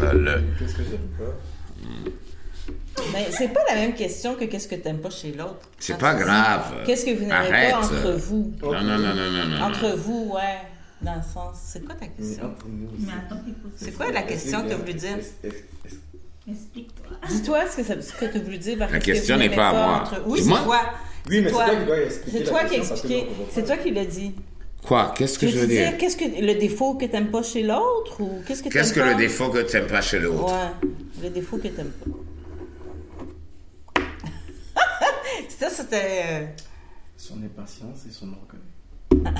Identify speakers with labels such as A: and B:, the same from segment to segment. A: le...
B: Qu'est-ce que j'aime pas?
C: Mais Ben, c'est pas la même question que qu'est-ce que t'aimes pas chez l'autre.
A: C'est
C: Quand
A: pas
C: tu dis,
A: grave.
C: Qu'est-ce que vous n'aimez
A: Arrête,
C: pas entre
A: ça.
C: vous?
A: Non, non, non, non, non, non.
C: Entre
A: non.
C: vous, ouais. Dans le sens. C'est quoi ta
B: Mais
C: question?
B: entre nous aussi.
D: Mais attends, écoute.
C: C'est quoi la question que tu as voulu dire?
B: Est-ce- est-ce- est-ce-
D: Explique-toi.
C: Dis-toi ce que, ça- ce que tu as voulu dire. par
A: La
C: qu'est-ce que
A: question
C: vous
A: n'est
C: n'aimez
A: pas à moi.
C: entre- Oui,
A: C'est
C: c'est
A: moi?
C: toi.
B: Oui, mais c'est toi qui dois expliquer
C: C'est
B: la
C: toi qui as
B: question parce que
C: expliqué.
B: nous, on comprend
C: C'est
B: pas.
C: toi qui l'as dit.
A: Quoi? Qu'est-ce que
C: Tu
A: je veux dire?
C: qu'est-ce que le défaut que t'aimes pas chez l'autre ou qu'est-ce que
A: Qu'est-ce que
C: t'aimes
A: le
C: pas?
A: défaut que t'aimes pas chez l'autre?
C: Ouais, le défaut que t'aimes pas. ça, c'était. euh,
B: Son impatience et son orgueil.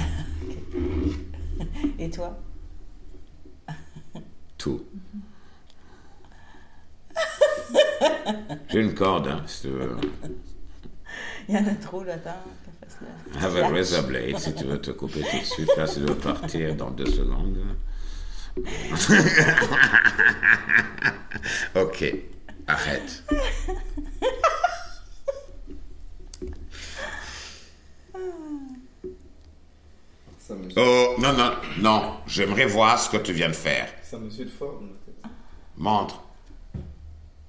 C: Et toi?
A: Tout. J'ai une corde, hein, si tu veux.
C: Il y en a trop, là, attends. qu'on fasse la-
A: Have a razor blade, si tu veux te couper tout de suite. Là, si tu veux partir dans deux secondes. ok, arrête.
B: Ça me,
A: Oh, non, non, non. J'aimerais voir ce que tu viens de faire.
B: ça me suit de forme.
A: Montre.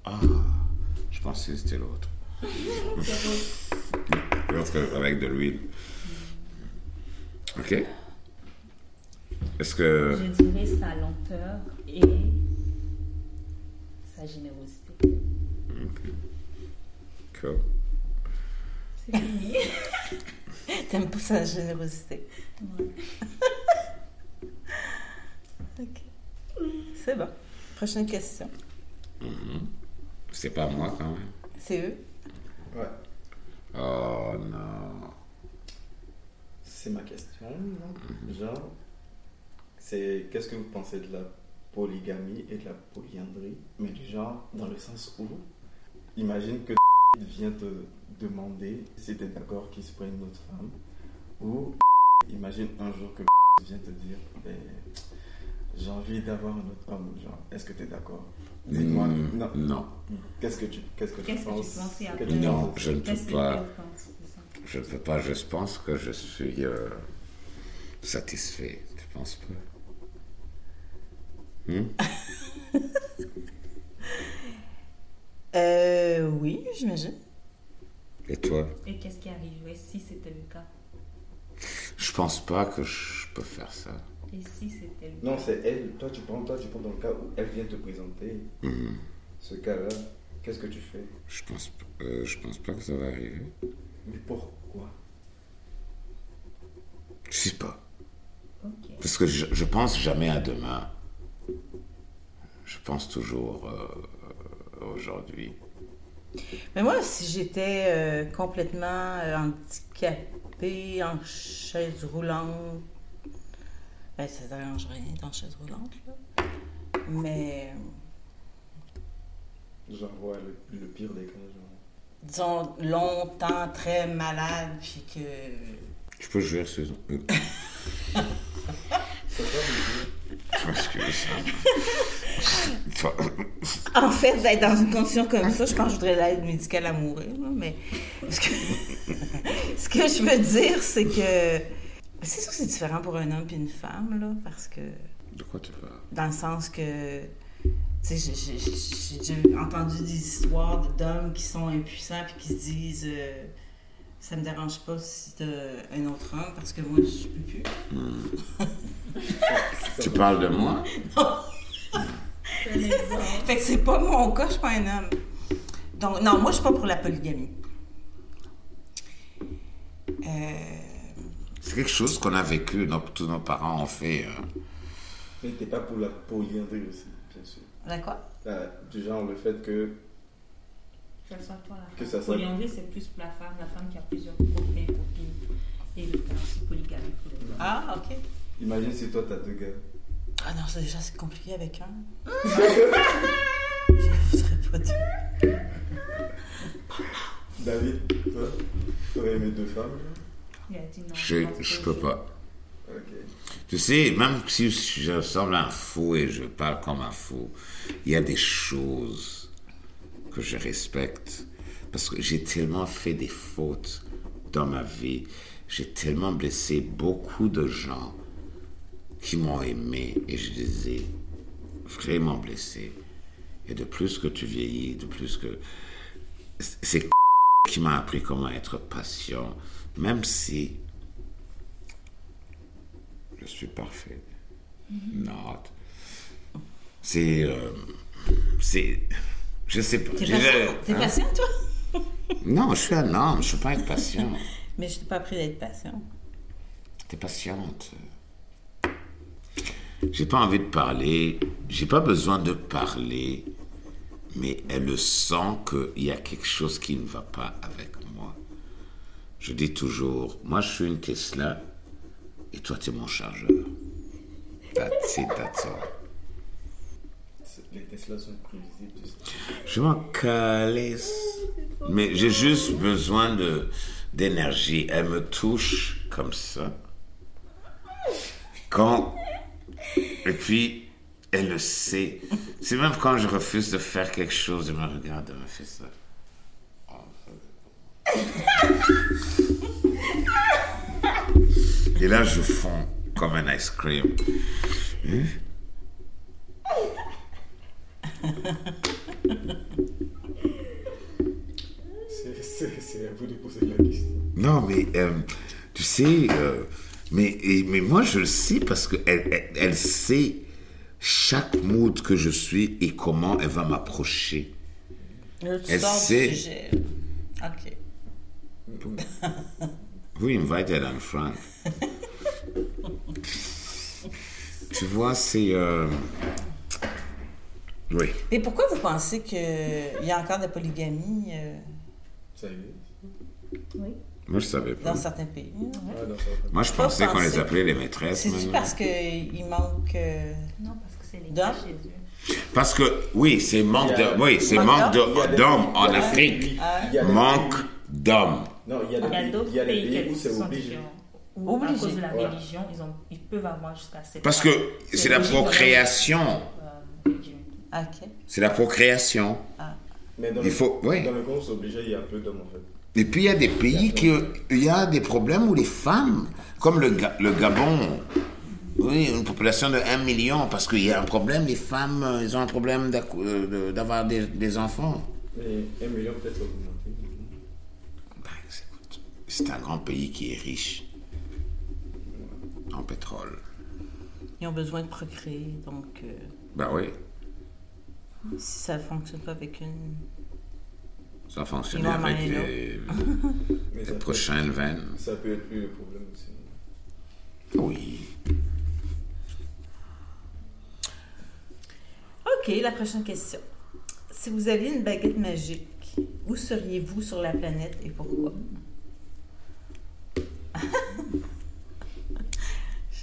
A: Ah, je pensais que c'était l'autre. l'autre avec de l'huile. Ok. Est-ce que.
D: Je dirais sa lenteur et sa générosité.
A: Cool.
D: C'est fini.
C: T'aimes pas sa générosité.
D: Ouais.
C: Ok. C'est bon. Prochaine question.
A: C'est pas moi quand même.
C: C'est eux?
B: Ouais.
A: Oh non.
B: C'est ma question. non Genre, c'est qu'est-ce que vous pensez de la polygamie et de la polyandrie Mais du genre, dans le sens où, imagine que vient te demander si t'es d'accord qu'il se prenne une autre femme. Ou imagine un jour que vient te dire, Ben, j'ai envie d'avoir un autre homme. Genre, est-ce que t'es d'accord Dis-moi.
A: Mm,
B: Non.
A: Non,
B: Qu'est-ce que tu, qu'est-ce que tu
D: Qu'est-ce que
A: Oh,
D: tu
B: penses
D: pensais
B: Qu'est-ce que
D: après
B: tu
A: Non,
B: penses
A: je ne
D: Qu'est-ce
A: peux
D: que
A: pas.
D: tu penses de ça
A: Je ne peux pas. Je pense que je suis euh, satisfait. Tu penses pas Hmm?
C: Euh, oui, j'imagine.
A: Et toi
D: Et qu'est-ce qui arriverait si c'était le cas
A: Je pense pas que je peux faire ça.
D: Et si c'était le cas
B: Non, c'est elle. Toi, tu prends, toi, tu prends dans le cas où elle vient te présenter. Mm-hmm.
A: Mhm.
B: Ce cas-là, qu'est-ce que tu fais
A: Je pense, p- euh, je pense pas que ça va arriver.
B: Mais pourquoi
A: Je sais pas.
D: Ok.
A: Parce que je, je pense jamais à demain. Je pense toujours euh, aujourd'hui.
C: Mais moi, si j'étais euh, complètement euh, handicapée en chaise roulante, ben ça dérange rien d'être en chaise roulante, là. Mais
B: Genre, ouais, le, le pire des cas, genre.
C: disons longtemps très malade, puis que
A: Je peux jouer ce. Euh,
B: C'est quoi le pire
A: Je m'excuse. Toi,
C: En fait, d'être dans une condition comme ça, je pense que je voudrais l'aide médicale à mourir. là, mais ce que, ce que je veux dire, c'est que c'est sûr que c'est différent pour un homme et une femme, là, parce que
A: De quoi tu parles
C: dans le sens que tu sais, j'ai- j'ai- j'ai j'ai déjà entendu des histoires d'hommes qui sont impuissants puis qui se disent euh, ça me dérange pas si t'as un autre homme parce que moi je peux plus.
A: Tu parles de moi
D: Un exemple.
C: Fait que c'est pas mon cas, je suis pas un homme. Donc, non, moi, je suis pas pour la polygamie. Euh,
A: C'est quelque chose qu'on a vécu, nos- tous nos parents ont fait. euh.
B: Mais t'es pas pour la polyandrie aussi, bien sûr.
C: la quoi?
B: Euh, du genre, le fait que.
D: Que ce soit toi, la femme.
B: Que ça soit-
D: Polyandrie, c'est plus pour la femme, la femme qui a plusieurs copains, copines. Et le cas, c'est polygamie pour les hommes.
C: Ah, OK.
B: Imagine si toi, t'as deux gars.
C: Ah non, ça, déjà, c'est compliqué avec un. je voudrais pas dire.
B: David, toi, t'aurais aimé deux femmes, genre
D: Il a dit non.
A: Je,
D: parce que
A: je peux pas.
B: Ok.
A: Tu sais, même si je ressemble à un fou et je parle comme un fou, il y a des choses que je respecte. Parce que j'ai tellement fait des fautes dans ma vie. J'ai tellement blessé beaucoup de gens qui m'ont aimé et je les ai vraiment blessés. Et de plus que tu vieillis, de plus que. C'est qui m'a appris comment être patient, même si je suis parfait. Not. C'est. euh, c'est. Je sais pas.
C: T'es
A: je dirais,
C: patient, T'es
A: hein?
C: patient, toi?
A: Non, je suis un homme, je peux pas être patient.
C: Mais je t'ai pas appris d'être patient.
A: T'es patiente. J'ai pas envie de parler, j'ai pas besoin de parler, mais elle le sent qu'il y a quelque chose qui ne va pas avec moi. Je dis toujours, moi je suis une Tesla et toi t'es mon chargeur. That's it, that's all.
B: C'est- Les Tesla sont prévisibles. tu sais.
A: Je m'en calisse. Mais j'ai juste besoin de d'énergie. Elle me touche comme ça. Quand. Et puis, elle le sait. C'est même quand je refuse de faire quelque chose, elle me regarde, elle me fait ça. Et là, je fonds comme un ice cream.
B: C'est- C'est c'est à vous de poser la question.
A: Non, mais euh, tu sais, euh, mais, et- mais moi je le sais parce qu'elle elle, elle sait chaque mood que je suis et comment elle va m'approcher.
C: Là, tu
A: Elle
C: sors
A: sait.
C: du sujet. OK.
A: Who invited Anne Frank? tu vois, c'est. euh, Oui.
C: Mais pourquoi vous pensez qu'il y a encore de la polygamie euh,
B: Ça y est.
D: Oui.
A: Moi je savais
C: dans
A: pas.
C: certains pays?
B: Ah, non, ça va pas.
A: Moi je
C: Pas
A: pensais qu'on les
C: pensé.
A: appelait les maîtresses. mais
C: C'est-tu
A: non.
C: parce qu'il manque... euh,
D: Non, parce que c'est les
C: Dame?
D: cas chez eux.
A: Parce que, oui, c'est manque
B: Il y a-
A: de. Oui, c'est
C: Manque
A: manque
B: Il y a
A: de-
B: des-
A: d'hommes en
B: il y a des
A: Afrique.
B: pays- hein. il y a des
A: Manque
B: pays-
A: d'hommes.
B: Non, il y a des
D: Il y a
B: pays-
D: d'autres
B: il y a des
D: pays
B: pays où
D: qui
B: c'est
D: sont
B: obligé.
D: différents. À
C: Obligé.
D: cause de la
B: Ouais.
D: religion, ils, ont, ils peuvent avoir jusqu'à 7
A: Parce que c'est la procréation.
D: euh,
C: OK.
A: C'est la procréation.
B: Mais dans
A: Il faut-
B: le,
A: ouais.
B: dans le Congo, c'est obligé, il y a peu d'hommes en fait.
A: Et puis il y a des pays qui il y a des problèmes où les femmes, comme le, Ga- le Gabon, oui, une population de 1 million, parce qu'il y a un problème, les femmes, euh, elles ont un problème d'accou- euh, de- d'avoir des, des enfants.
B: Mais un million peut-être augmenté.
A: Ben, écoute, c'est un grand pays qui est riche en pétrole.
C: Ils ont besoin de procréer, donc euh,
A: Ben oui,
C: si ça fonctionne pas avec une...
A: ça fonctionne
C: Ils vont
A: avec
C: marier
A: les,
B: Mais
A: les
B: ça peut-
A: prochaines veines.
B: Ça peut être lui le problème aussi.
A: Oui.
C: OK, la prochaine question. Si vous aviez une baguette magique, où seriez-vous sur la planète et pourquoi?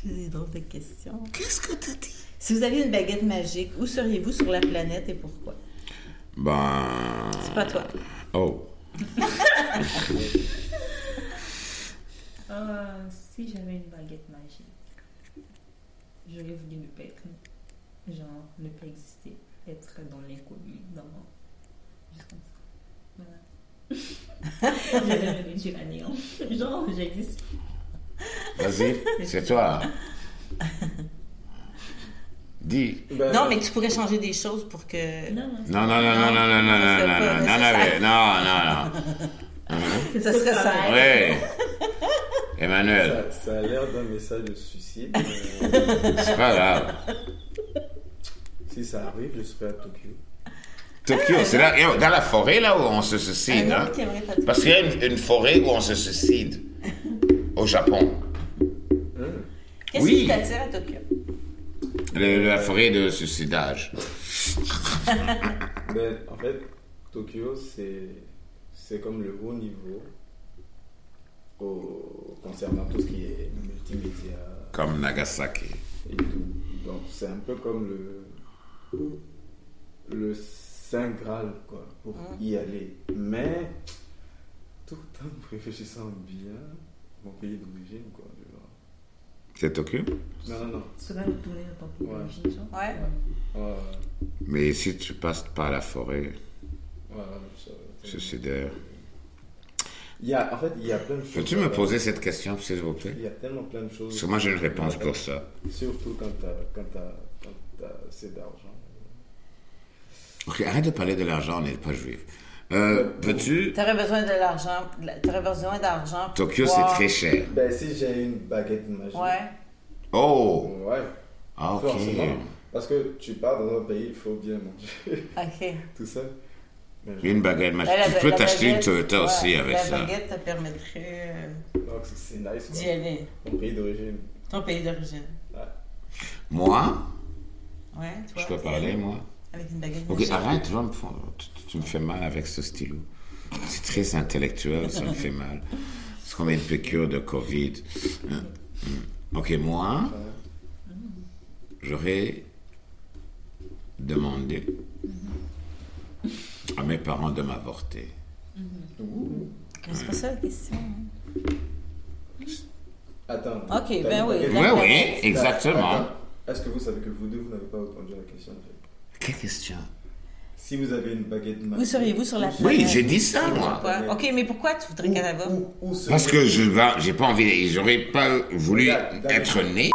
C: J'ai des drôles de questions.
A: Qu'est-ce que t'as dit?
C: Si vous aviez une baguette magique, où seriez-vous sur la planète et pourquoi?
A: Ben.
C: C'est pas toi.
A: Oh.
D: Euh, si j'avais une baguette magique, j'aurais voulu ne pas être, genre, ne pas exister, être dans l'inconnu, dans. Juste comme ça. Voilà. j'aurais voulu tuer la néant. Genre, j'existe.
A: Vas-y, c'est toi. Dis.
B: Ben,
C: Non, mais tu pourrais changer des choses pour que...
D: Non, non,
A: Euh, Non, non, non, non, non, non, non, non, non, non, non, non, non, non, non.
C: Ça serait ça.
A: Oui. Emmanuel,
B: Ça, ça a l'air d'un message de suicide. mais, euh,
A: c'est pas grave.
B: si ça arrive, je serai à Tokyo.
A: Tokyo, c'est là, yo, dans la forêt là où on se
C: Un
A: suicide.
C: homme
A: Hein?
C: qui aimerait pas de-
A: Parce qu'il y a une, une forêt où on se suicide. Au Japon.
B: Hum.
C: Qu'est-ce
A: Oui.
C: qui t'attire à Tokyo?
A: Le- la forêt de suicidage.
B: Ben, en fait, Tokyo, c'est c'est comme le haut niveau au- concernant tout ce qui est multimédia
A: Comme Nagasaki.
B: et tout. Donc, c'est un peu comme le, le Saint Graal, quoi, pour y aller. Mais, tout en réfléchissant bien, mon pays d'origine, quoi. je
A: C'est Tokyo?
B: vois. Non, non, non.
D: Tu serais retourné dans ton pays
B: Ouais.
D: d'origine, genre.
C: Ouais.
B: Ouais,
A: Mais si tu passes par la forêt
B: ouais, ouais, ça-
A: suicidaire.
B: Il y a, en fait, il y a plein de choses.
A: Peux-tu me poser cette question, s'il vous plaît?
B: Il y a tellement plein de choses.
A: Parce que moi, j'ai une réponse pour ça.
B: Surtout quand t'as quand t'as- quand t'as assez d'argent.
A: Ok, arrête de parler de l'argent, on n'est pas juif. Euh, Peux-tu.
C: T'aurais besoin de l'argent. de la- T'aurais besoin d'argent. pour
A: Tokyo, c'est
C: pouvoir-
A: très cher.
B: Ben, si j'ai une baguette magique.
C: Ouais.
A: Oh!
B: Ouais.
A: Ah, ok.
B: Forcément. Parce que tu pars dans un pays, il faut bien manger.
C: OK.
B: Tout ça. Mais je-
A: Une baguette magique.
C: Ben, la-
A: Ah, Tu peux
C: la
A: t'acheter une
C: baguette-
A: Toyota
C: ouais,
A: aussi avec
C: la
A: ça.
C: baguette te permettrait euh,
B: Donc, c'est- c'est nice.
C: d'y
B: Quoi.
C: aller.
B: Mon pays d'origine.
C: Ton pays d'origine.
A: Moi,
C: Ouais, tu vois,
A: je peux
C: t'y
A: parler,
C: aller
A: moi.
C: Avec une baguette.
A: Ok,
C: magique.
A: arrête, tu, vas me prendre- tu- tu- tu me fais mal avec ce stylo. C'est très intellectuel, ça me fait mal. C'est comme une piqûre de Covid. Hum, hum. Ok, moi, j'aurais demandé à mes parents de m'avorter.
C: Mais C'est pas ça la question.
B: Attends. t'as une
C: Ok, ben oui.
B: baguette
C: La-
A: Oui,
B: magique.
A: oui,
C: baguette.
A: exactement.
B: Attends. Est-ce que vous savez que vous deux, vous n'avez pas répondu à la question en fait
A: Quelle question
B: Si vous avez une baguette magique.
C: Où seriez-vous sur la
B: Où-
A: Oui, j'ai dit ça, moi.
C: Pourquoi? Ok, mais pourquoi tu voudrais qu'elle va?
B: Où, où, où seriez-
A: Parce que je va- j'ai pas envie, j'aurais pas voulu
B: Regarde, regarde.
A: être né.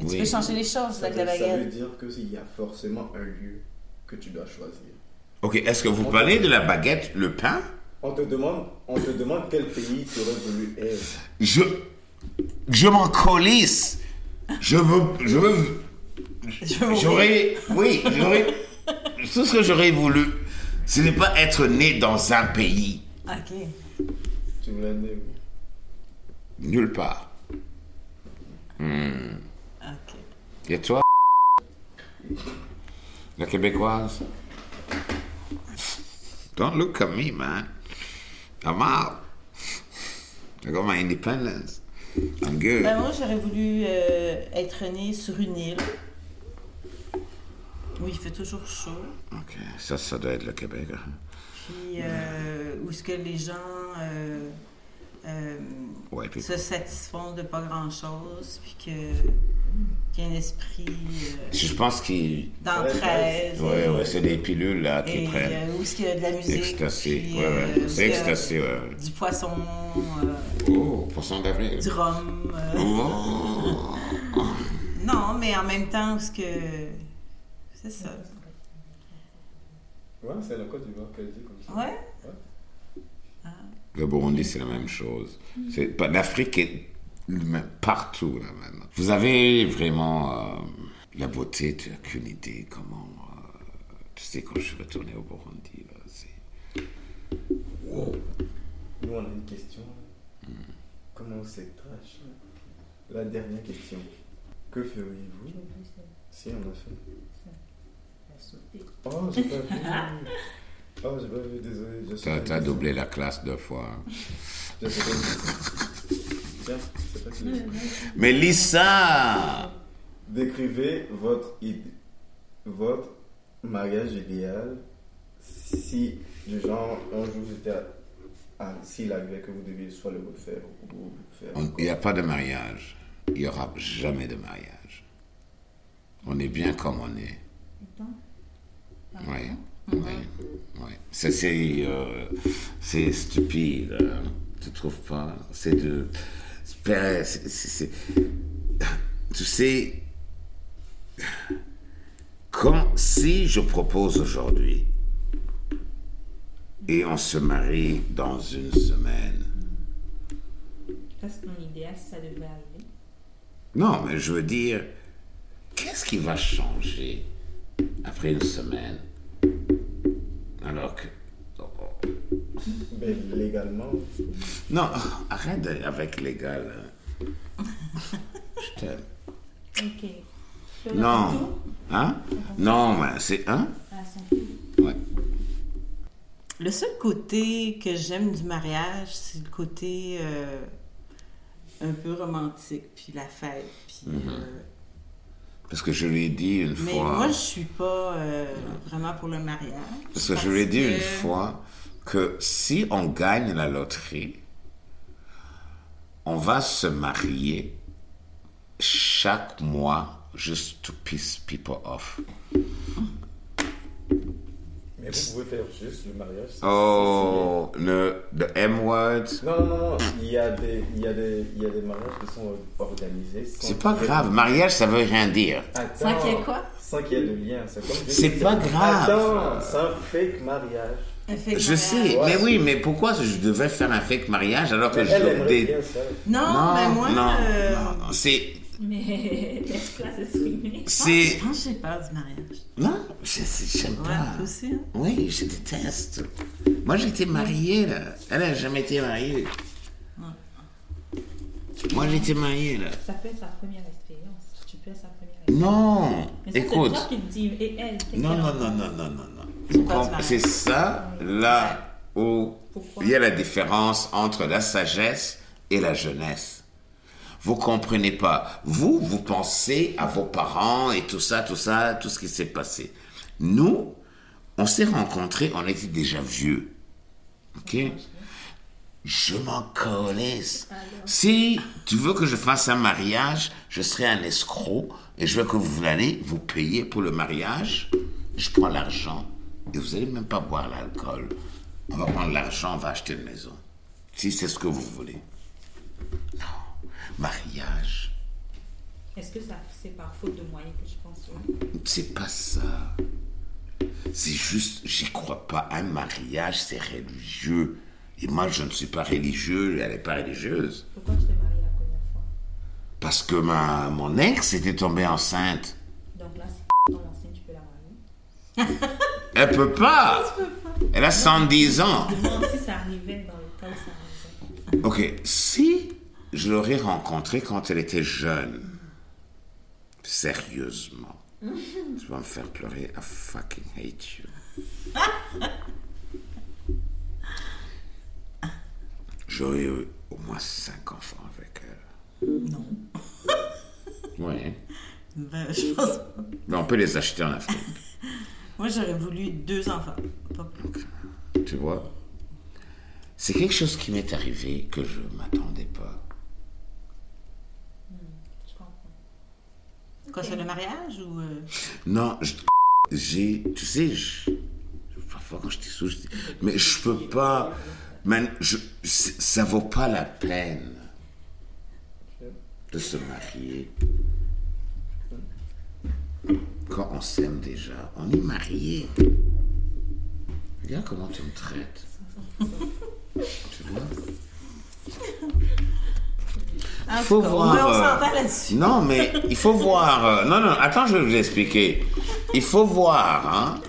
C: Tu
A: Oui.
C: peux changer les choses
B: Ça
C: avec la
B: veut- Ça veut
C: baguette.
B: dire que s'il y a forcément un lieu que tu dois choisir.
A: Ok, est-ce que vous parlez de la baguette, le pain
B: On te demande, on te demande quel pays tu aurais voulu être.
A: Je. Je m'en colisse. Je veux. Je veux.
C: Je veux
A: J'aurais. Oui, j'aurais. Tout ce que j'aurais voulu, ce n'est pas être né dans un pays,
C: Ok.
B: Tu voulais aller où
A: nulle part. Hmm.
C: Ok.
A: Et toi La Québécoise Don't look at me, man. I'm out. I got my independence. I'm good.
C: Ben, moi, j'aurais voulu euh, être née sur une île où il fait toujours chaud.
A: Ok, ça, ça doit être le Québec. hein.
C: Puis euh, où est-ce que les gens euh, euh,
A: Ouais, puis
C: se satisfont de pas grand-chose, puis que- qu'il y a un esprit euh,
A: Je pense qu'ils.
C: d'entraide.
A: Ouais, ouais, c'est des pilules là
C: Et
A: qu'ils prennent.
C: euh, où est-ce qu'il y a de la musique.
A: Ecstasy.
C: puis,
A: Ouais,
C: euh,
A: ouais.
C: où
A: C'est
C: est-ce qu'il y a
A: ecstasy, ouais.
C: Du poisson, euh,
A: Oh, poisson d'avril.
C: du rhum. euh,
A: Oh.
C: Non, mais en même temps, ce que. C'est ça.
B: Ouais, c'est la Côte d'Ivoire qu'elle dit comme ça.
C: Ouais?
A: Le Burundi, c'est la même chose. C'est pas- L'Afrique est le même- partout là maintenant. Vous avez vraiment euh, la beauté, tu n'as qu'une idée comment. euh, tu sais, quand je suis retourné au Burundi, là, c'est. Wow.
B: Nous, on a une question. Comment c'est trash là La dernière question. Que feriez-vous si on a fait Oh, j'ai pas vu. Oh, j'ai pas vu, désolé. je suis
A: T'as
B: pas
A: t'as
B: vu.
A: doublé la classe deux fois. hein.
B: Je sais pas. Tiens, c'est pas qui.
A: Mais Lisa
B: Décrivez votre, id- votre mariage idéal si, du genre, un jour j'étais à, à- s'il arrivait que vous deviez soit le refaire ou le faire.
A: On-
B: encore.
A: Il n'y a pas de mariage. Il n'y aura jamais de mariage. On est bien comme on est. Oui. oui, oui. Ça, c'est, euh, c'est stupide. hein. Tu trouves pas C'est de. c'est- c'est- c'est- Tu sais. Comme si je propose aujourd'hui et on se marie dans une semaine.
D: Ça, c'est ton idéal si ça devait arriver.
A: Non, mais je veux dire, qu'est-ce qui va changer après une semaine Alors que. oh,
B: Mais légalement,
A: Non, euh, arrête de- avec l'égal. Je t'aime.
D: Ok. Sur le
A: Non.
D: retour,
A: Hein Non, mais c'est. Hein
D: à son tour.
A: Ouais.
C: Le seul côté que j'aime du mariage, c'est le côté euh, un peu romantique, puis la fête. Puis, euh,
A: Parce que je lui ai dit Mhm. une
C: mais
A: fois.
C: moi, je suis pas euh, vraiment pour le mariage.
A: Parce que je lui ai dit une
C: que-
A: fois que si on gagne la loterie, on va se marier chaque mois juste to piss people off.
B: mais vous pouvez faire juste le mariage. c'est-
A: Oh, le, le M-word.
B: c'est- Non, non, non, non, il y, a des, il, y a des, il y a des mariages qui sont organisés. sans
A: C'est pas
B: qu'il y ait-
A: grave. Mariage, ça veut rien dire.
B: Attends.
D: Sans qu'il y ait quoi
B: sans qu'il y ait de lien. C'est comme-
A: C'est pas grave.
B: Attends, c'est un fake mariage.
C: Un fake
A: Je
C: mariage.
A: sais,
B: Ouais.
A: mais oui, mais pourquoi je devais faire un fake mariage alors que
B: Elle
A: je
B: aimerait
A: dé-
B: bien ça.
C: Non, mais moi.
A: non,
C: euh,
A: non, c'est,
D: Mais laisse pas se souligner.
C: je pense- Je
A: c'est, Ah.
C: pense que j'ai peur du mariage.
A: non, je- je- j'aime
C: Ouais,
A: pas.
C: toi aussi, hein?
A: Oui, je déteste. Moi, j'ai été mariée, là. Elle a jamais été mariée. Moi, j'ai été mariée, là.
D: Ça peut être sa première expérience. Tu peux être sa première expérience.
A: Non,
D: Mais ça,
A: écoute.
D: c'est toi qui le dis et elle. t'es
A: Non,
D: quelle
A: non,
D: enfant?
A: non, non, non, non, non.
C: pas
A: Com-
C: du mal.
A: C'est ça, là où
D: Pourquoi
A: il y a la différence entre la sagesse et la jeunesse. Vous comprenez pas. Vous, vous pensez à vos parents et tout ça, tout ça, tout ce qui s'est passé. Nous, on s'est rencontrés, on était déjà vieux. OK Je m'en colisse. Si tu veux que je fasse un mariage, je serai un escroc et je veux que vous allez vous payer pour le mariage. Je prends l'argent et vous allez même pas boire l'alcool. On va prendre l'argent, on va acheter une maison. Si c'est ce que vous voulez. Non, mariage.
D: Est-ce que ça, c'est par faute de moyens que je pense ouais.
A: C'est pas ça. C'est juste, j'y crois pas. Un mariage, c'est religieux. Et moi, je ne suis pas religieux, elle n'est pas religieuse.
D: Pourquoi tu t'es mariée la première fois
A: Parce que ma, mon ex était tombée enceinte.
D: Donc là, si ton ancienne, tu peux la marier.
A: Elle peut pas. Elle a 110 ans.
D: Non, si ça arrivait dans le cas où ça arrivait.
A: Ok, si je l'aurais rencontrée quand elle était jeune, sérieusement, je vais me faire pleurer. I fucking hate you. J'aurais eu au moins cinq enfants avec elle.
C: Non.
A: Oui.
C: Ben, je pense pas.
A: Mais on peut les acheter en Afrique,
C: Moi, j'aurais voulu deux enfants. Pas plus.
A: tu vois. C'est quelque chose qui m'est arrivé que je m'attendais pas.
D: Je comprends.
C: Quoi, c'est le mariage ou. euh,
A: Non, je- j'ai, tu sais, je- parfois quand je t'ai sous, je dis, mais je peux pas, man, je, c'est- ça vaut pas la peine de se marier. Quand on s'aime déjà, on est marié. Regarde comment tu me traites. Tu vois
C: En
A: Faut
C: tout cas, au
A: voir,
C: moins, on
A: euh,
C: s'entend là-dessus.
A: Non, mais il faut voir. euh, non, non, attends, je vais vous expliquer. Il faut voir, hein.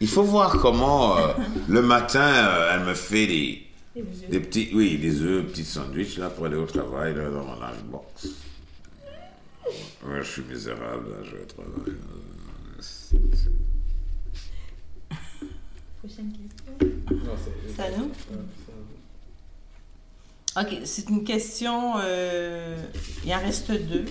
A: Il faut voir comment euh, le matin, euh, elle me fait des,
D: Et vous,
A: des petits, oui, des œufs, petits sandwichs là pour aller au travail là, dans mon lunchbox. Ouais, je suis misérable, là, je vais au travail.
D: prochaine question.
B: Non, c'est-
C: Ça nous?
B: Ouais, ça-
C: Ok, c'est une question. euh, Il en reste deux.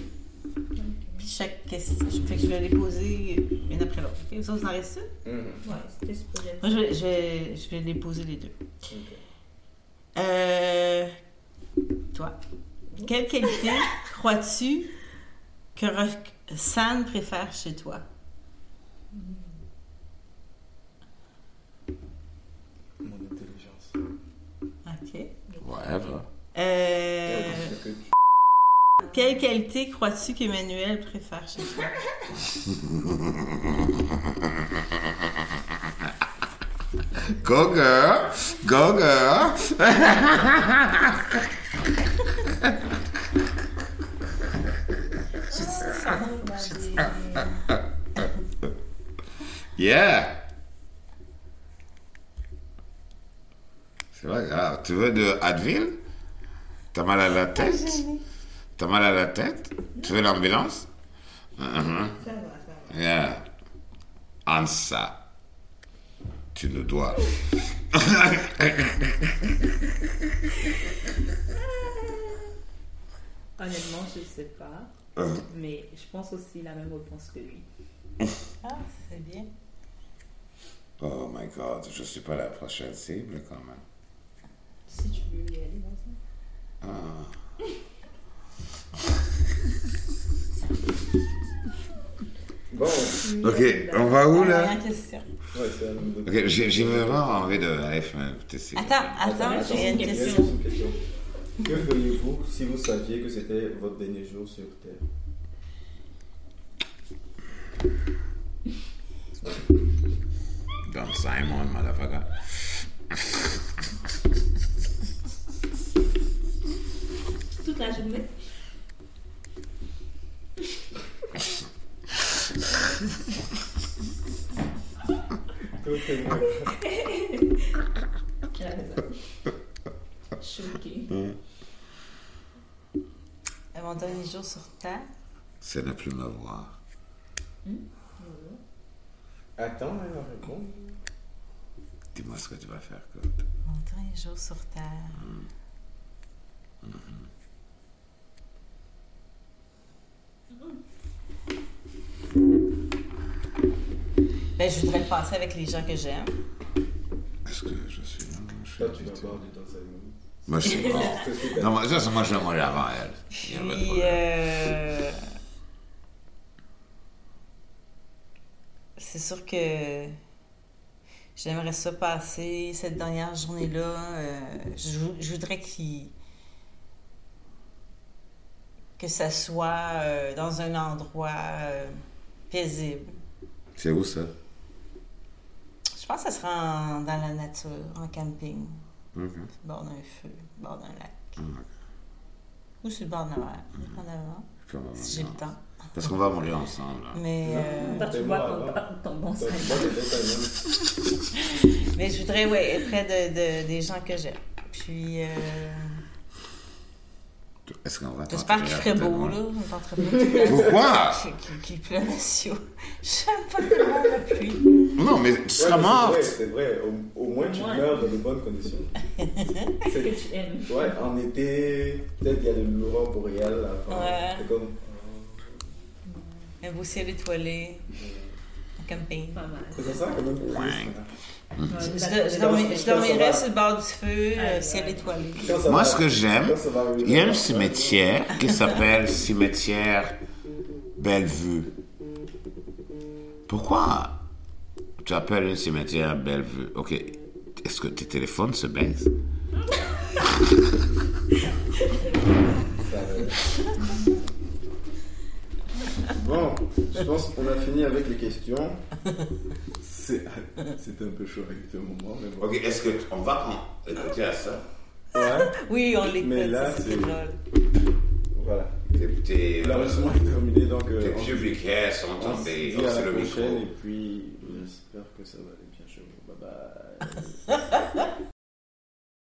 C: Puis chaque question. Fait que je vais les poser une après l'autre. Ok, vous autres, il en reste une?
B: Mhm.
D: Ouais, c'était supposé être
C: Moi, je vais, je vais, je vais les poser les deux.
B: Ok.
C: Euh, toi, quelle qualité crois-tu que Roxane préfère chez toi?
B: Mon intelligence.
C: Ok.
A: Ouais, bah.
C: Euh,
B: C'est que tu-
C: quelle qualité crois-tu qu'Emmanuel préfère chez toi?
A: Go girl, go girl. Yeah. C'est pas grave. Tu veux de Advil T'as mal à la tête T'as mal à la tête Tu veux l'ambulance Mhm.
D: Ça va, ça va.
A: Yeah. Ansa. Tu ne dois.
D: Honnêtement, je sais pas. Mais je pense aussi la même réponse que lui.
C: Ah, c'est bien.
A: Oh my god, je suis pas la prochaine cible quand même.
D: Si tu veux y aller dans ça.
C: Ah.
B: Bon, ouais,
A: Ok, on va où
C: La
A: là
C: dernière question.
B: c'est la même de-
A: Ok, j'ai j'ai vraiment envie de aller faire un petit cible.
C: Attends, attends,
D: Attends,
C: j'ai
B: Il
C: une
D: attends,
B: y a
C: question.
B: juste une question. Que feriez-vous si vous saviez que c'était votre dernier jour sur Terre
A: Don Simon, motherfucker.
D: Toute la journée.
B: Tout est bon.
D: Elle a raison. Choquée.
C: À mon dernier jour sur Terre,
A: C'est ne plus me voir.
B: Attends, elle va répondre.
A: Dis-moi ce que tu vas faire, Claude.
C: mon dernier jour sur Terre, ben, je voudrais le passer avec les gens que j'aime.
A: Est-ce que je suis là? Je suis
B: Toi, tu vas
A: habitué.
B: boire du Don Simon.
A: Moi, je suis mort.
B: C'est ce que t'as
A: Non, moi, ça, c'est moi, je vais mourir avant elle. Il y a pas de
C: Puis,
A: problème.
C: euh, c'est sûr que j'aimerais ça passer cette dernière journée-là. euh, je, vou- je voudrais qu'il- que ça soit euh, dans un endroit euh, paisible. euh,
A: C'est où, ça?
C: Je pense que ça sera en- dans la nature, en camping,
A: Ok.
C: sur le bord d'un feu, sur le bord d'un lac,
A: Ok.
C: ou sur le bord de la mer, dépendamment,
A: Puis on va
C: si j'ai le
A: mourir.
C: temps.
A: Parce qu'on va mourir ensemble. hein.
C: Mais.
B: Non.
C: euh,
D: Quand tu
B: Fais-moi
D: vois
B: avant.
D: ton, ton bon
B: dit. Toi, tu Bah, bois
D: Simon.
B: du Don Simon.
C: euh, Mais je voudrais, ouais, être près de, de- des gens que j'aime. Puis, euh,
A: Est-ce qu'on va
B: Ah,
C: Mm. j'espère qu'il
A: t'enterrer
C: ferait beau,
A: rapidement?
C: là. On tenterait pas qu'il pleuve-
A: Pourquoi?
C: qu'il- qu'il pleuve, monsieur. J'aime pas tellement la pluie.
A: Non, mais tu
B: Ouais,
A: seras
B: mais
A: morte.
B: C'est vrai, c'est vrai. Au, au moins, tu
D: Ouais.
B: meurs dans de bonnes conditions.
D: Qu'est-ce
B: C'est-
D: que tu aimes
B: Ouais, en été, peut-être il y a de l'aurore boréale. là, enfin,
C: Ouais.
B: C'est comme.
C: Un beau ciel étoilé, un camping.
D: Pas mal.
B: C'est ça, quand même.
A: Ouais.
C: Je,
D: Ouais,
C: Bah, je
D: j'ai
C: dormi- je
B: va.
C: dormirais sur le bord du feu, euh,
D: Ouais,
C: ciel
D: ouais.
C: étoilé.
B: Quand ça
A: Moi,
B: va-
A: ce que j'aime,
B: quand ça va arriver
A: il y a
B: dans
A: un
B: la-
A: cimetière qui s'appelle Cimetière Bellevue. Pourquoi tu appelles le cimetière Bellevue Ok, est-ce que tes téléphones se baissent
B: Ça, euh. Bon, je pense qu'on a fini avec les questions. C'est- C'était un peu chaud avec tout le moment, mais bon.
A: Ok, est-ce que on va en- écouter à ça
B: Ouais,
C: Oui, on l'écoute,
B: Mais là,
C: ça, c'est
B: c'est-
C: drôle.
B: voilà.
A: Tes, tes,
B: L'enregistrement est terminé, donc euh,
A: tes
B: on-
A: publics eh, sont
B: on se
A: tombés.
B: dit
A: Oh,
B: à
A: C'est
B: la
A: le micro.
B: prochaine, et puis j'espère que ça va aller bien chez vous. Bye bye.